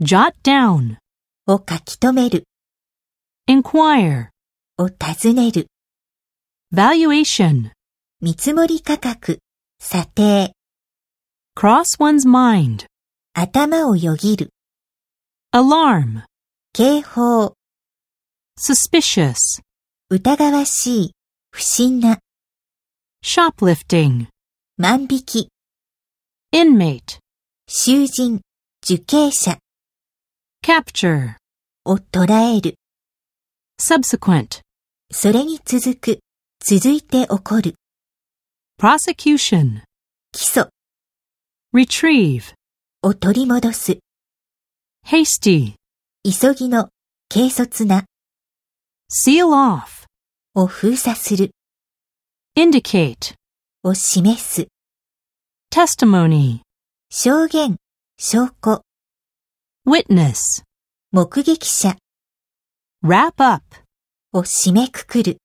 jot down, を書き留める、 inquire, を尋ねる、 valuation, 見積もり価格、査定、 cross one's mind, 頭をよぎる、 alarm, 警報、 suspicious, 疑わしい、不審な、 shoplifting, 万引き、 inmate, 囚人、受刑者 capture, を捉える、 subsequent, それに続く、続いて起こる、 prosecution, 起訴 retrieve, を取り戻す、 hasty, 急ぎの、軽率な seal off, を封鎖する、 indicate, を示す、 testimony, 証言、証拠、 witness, 目撃者 wrap up. を締めくくる。